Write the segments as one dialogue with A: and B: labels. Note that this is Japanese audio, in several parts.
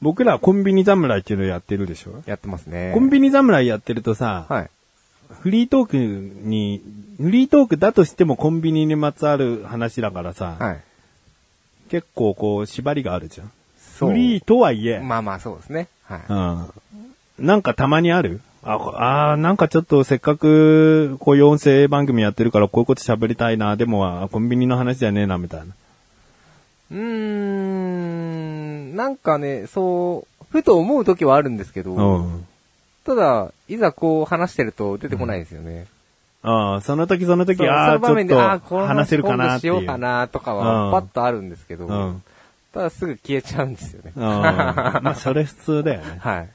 A: 僕らコンビニ侍っていうのやってるでしょ
B: やってますね。
A: コンビニ侍やってるとさ、
B: はい。
A: フリートークに、フリートークだとしてもコンビニにまつわる話だからさ、
B: はい。
A: 結構こう縛りがあるじゃん。
B: そう。
A: フリーとはいえ、
B: まあまあそうですね。はい。
A: うん。なんかたまにあるあ、こあーなんかちょっとせっかくこういう音声番組やってるからこういうこと喋りたいな、でもあコンビニの話じゃねえな、みたいな。
B: うーん、なんかね、そう、ふと思う時はあるんですけど、
A: うん。
B: ただ、いざこう話してると出てこないですよね。
A: ああ、その時その時、
B: そう
A: ああ、
B: その場面
A: ち
B: で、
A: ょ
B: あ
A: っ
B: ことの
A: 話せるかな
B: 今度
A: って
B: し
A: いう。
B: ようかなとか
A: う
B: は、
A: ん
B: パッとあるんですけど、
A: うん。うん。
B: ただすぐ消えちゃうんですよね。
A: まあ、それ普通だよね。
B: はい。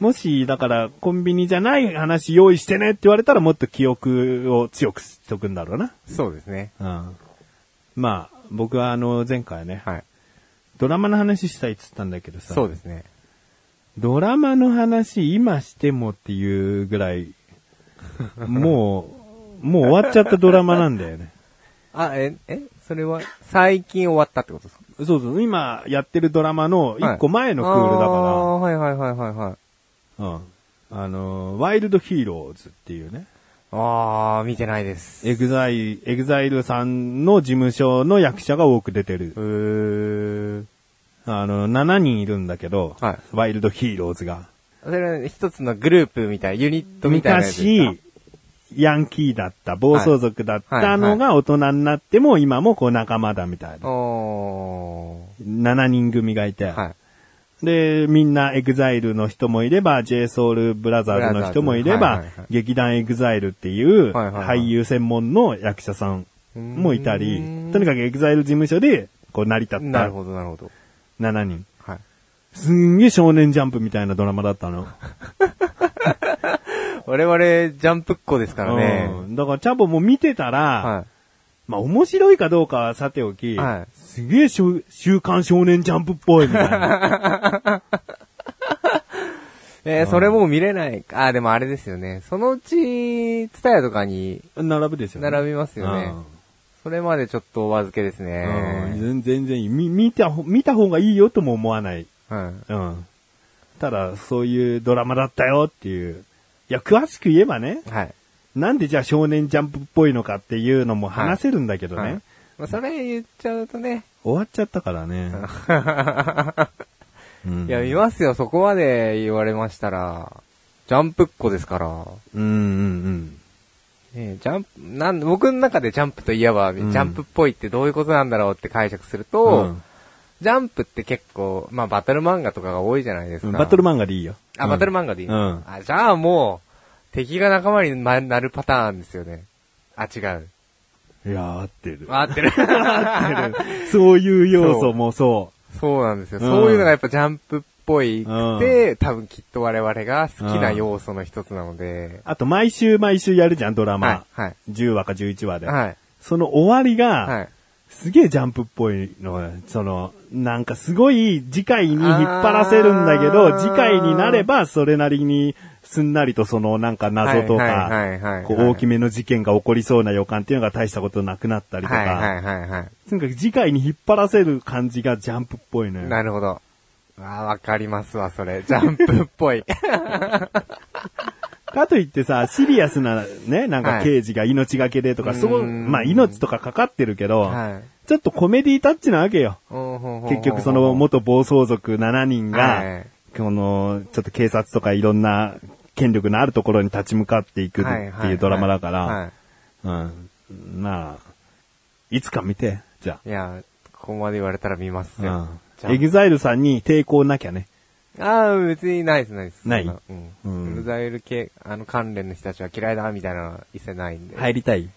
A: もし、だから、コンビニじゃない話用意してねって言われたら、もっと記憶を強くしとくんだろうな。
B: そうですね。
A: うん。まあ、僕はあの、前回ね、
B: はい。
A: ドラマの話したいっつったんだけどさ、
B: そうですね。
A: ドラマの話今してもっていうぐらい、もう、もう終わっちゃったドラマなんだよね。
B: あ、え、え、それは、最近終わったってことですか
A: そうそう、今やってるドラマの一個前のクールだか
B: あーはいはいはいはいはい。
A: ら、うん。あの、ワイルドヒーローズっていうね、
B: あー、見てないです。
A: エグザイ、エグザイルさんの事務所の役者が多く出てる
B: う。ー。
A: あの、7人いるんだけど、
B: はい
A: ワイルドヒーローズが。
B: それは一つのグループみたい、ユニットみたいなやつですか
A: 昔、ヤンキーだった、暴走族だったのが大人になっても、今もこう仲間だみたいな。
B: お
A: 7人組がいて。
B: ー。はい。
A: で、みんなエグザイルの人もいれば、JSOUL ブラザーズの人もいれば、
B: ブラザーズはいはいはい
A: 劇団エグザイルっていう
B: はいはいはい
A: 俳優専門の役者さんもいたり、
B: うーん
A: とにかくエグザイル事務所でこう成り立っ
B: な
A: た
B: るほど、なるほど。
A: 7人。
B: はい。
A: すんげえ少年ジャンプみたいなドラマだったの。
B: 我々、ジャンプっ子ですからね。
A: うんだからチャボも見てたら、
B: は
A: まあ面白いかどうかはさておき、
B: は
A: すげえしょ週刊少年ジャンプっぽいみたいな。
B: い。えーそれもう見れない。あー、でもあれですよね。そのうち、ツタヤとかに、
A: 並ぶでしょ、
B: 並びますよね。それまでちょっとお預けです
A: う
B: ね
A: ん。うん。全全然いい。み見たほ、見た方がいいよとも思わない。
B: うん。
A: うん。ただ、そういうドラマだったよっていう。いや、詳しく言えばね、
B: はい。
A: なんでじゃあ少年ジャンプっぽいのかっていうのも話せるんだけどね。
B: はいまあ、それ言っちゃうとね。
A: 終わっちゃったからね。うん
B: いや、見ますよ、そこまで言われましたら。ジャンプっ子ですから。
A: うんうん
B: ねえ、ジャンプ、なん、僕の中でジャンプといえば、ジ
A: ん
B: ャンプっぽいってどういうことなんだろうって解釈する
A: うん。
B: と、
A: うん
B: ジャンプって結構、まあバトル漫画とかが多いじゃないです
A: う
B: か。
A: んバトル漫画でいいよ。
B: あ、バトル
A: 漫
B: 漫画でいい、
A: うん
B: あ、じゃあもう、敵が仲間にななるパターンですよね。あ、違う。
A: 画。いやー、合ってる。
B: あ合ってる。
A: そういう要素もそ
B: そうなんですよ、
A: うん
B: そういうのがやっぱジャンプっぽいくて、
A: う
B: 多分きっと我々が好きな要素の一つなので
A: う。。あと、毎週毎週やるじゃん、ドラマ。
B: はい。
A: 10話か11話で。
B: はい。
A: その終わりが、
B: はい。
A: すげえジャンプっぽいのが、その、なんかすごい次回に引っ張らせるんだけ
B: あ
A: ど、
B: ー
A: 次回になればそれなりにすんなりとそのなんか謎と
B: は
A: か、
B: いはいはいはい。
A: こう大きめの事件が起こりそうな予感っていうのが大したことなくなったりと
B: はいは
A: か、
B: いはいはい。
A: とにかく次回に引っ張らせる感じがジャンプっぽいのよ。
B: なるほど。あーわかりますわ、それ。ジ ャンプっ ぽい。
A: かといってさ、シリアスなね、なん
B: は
A: か
B: い
A: 刑事が命がけでとか、
B: うん
A: そこ、まあ命とかかかってるけど、
B: は
A: ちょっとコメディタッチなわけよ。
B: い。結
A: 結局その元暴走族7人
B: は
A: が
B: い、
A: この、ちょっと警察とかいろんな権力のあるところに立ち向かっていくっていうドラマだか
B: はいはい
A: ら、
B: は
A: うん。まあ、いつか見て、じゃ
B: い、いや、ここまで言われたら見ますよ。
A: あ。
B: じ
A: う
B: ゃ
A: ん。エグザイルさんに抵抗なきゃね。
B: ああー、別にないです、ないです。
A: ない
B: そんう
A: う
B: ん。うんん、ルザイル系、あの関連の人たちは嫌いだ、みたいなのは一切ないんで。
A: 入りた い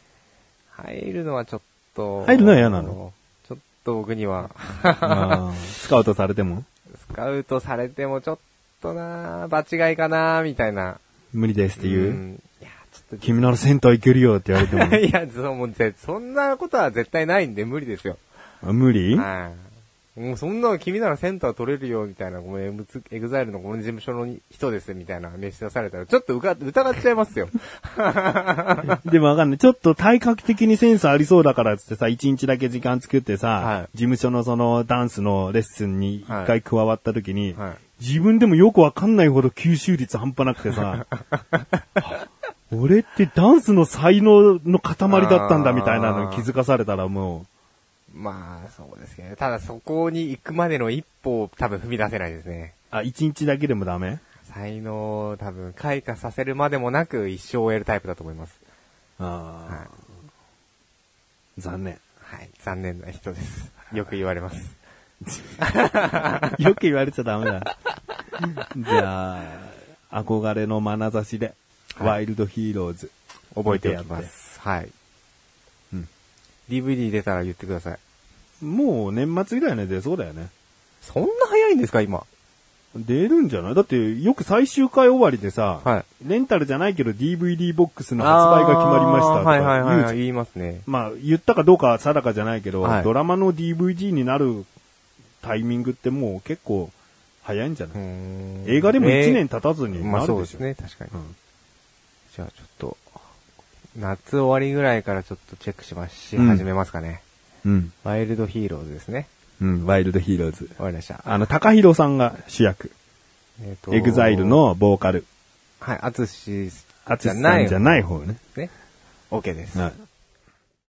B: 入るのはちょっと。
A: 入るのは嫌なの
B: ちょっと僕には、
A: あースカウトされても
B: スカウトされてもちょっとなー、場違いかなー、みたいな。
A: 無理ですっていうう。
B: んいや、ちょっと
A: 君ならセンター行けるよって言われても。
B: いや、そうもうぜそんなことは絶対ないんで無理ですよ。
A: あ無理
B: はい。もうそんなの君ならセンター取れるよ、みたいな、このエムツエグザイルのこの事務所の人です、みたいな名刺出されたら、ちょっとうか疑っちゃいますよ。
A: でもわかんない。ちょっと体格的にセンスありそうだからっつってさ、一日だけ時間作ってさ、
B: はい
A: 事務所のそのダンスのレッスンに一
B: は
A: 回
B: い
A: 加わった時に、
B: は
A: 自分でもよくわかんないほど吸収率半端なくて さ、は俺ってダンスの才能の塊だったんだみたいなのに気づかされたらも
B: まあ、そうですけど、ね、ただそこに行くまでの一歩を多分踏み出せないですね。
A: う、あ、一日だけでもダメ
B: 才能を多分開花させるまでもなく一生を得るタイプだと思います。
A: あー残念。
B: はい。残念な人です。よく言われます。
A: よく言われちゃダメだ。じゃあ、憧れの眼差しで、ワイルドヒーローズ。
B: 覚えておきます。はい。
A: うん。
B: DVD 出たら言ってください。
A: もう年末ぐらいね、出そうだよね。
B: そんな早いんですか、今。
A: 出るんじゃないだって、よく最終回終わりでさ、
B: はい
A: レンタルじゃないけど DVD ボックスの発売が決まりましたと
B: はいはい
A: か言うじゃん。
B: はい。言いますね。
A: まあ、言ったかどうかは定かじゃないけど、
B: はい
A: ドラマの DVD になるタイミングってもう結構早いんじゃない、映画でも1年経たずに
B: え
A: なるで
B: ー
A: しょ。
B: まあそうですね、確かに。
A: うん
B: じゃあちょっと、夏終わりぐらいからちょっとチェックしますし、
A: うん
B: 始めますかね。
A: うん。
B: ワイルドヒーローズですね。
A: うん、ワイルドヒーローズ。
B: わかりました。
A: あの、高弘さんが主役。
B: えっと
A: エグザイル。のボーカル。
B: はい、アツシ
A: アツシさんじゃない方ね。
B: ね。OK です。
A: はい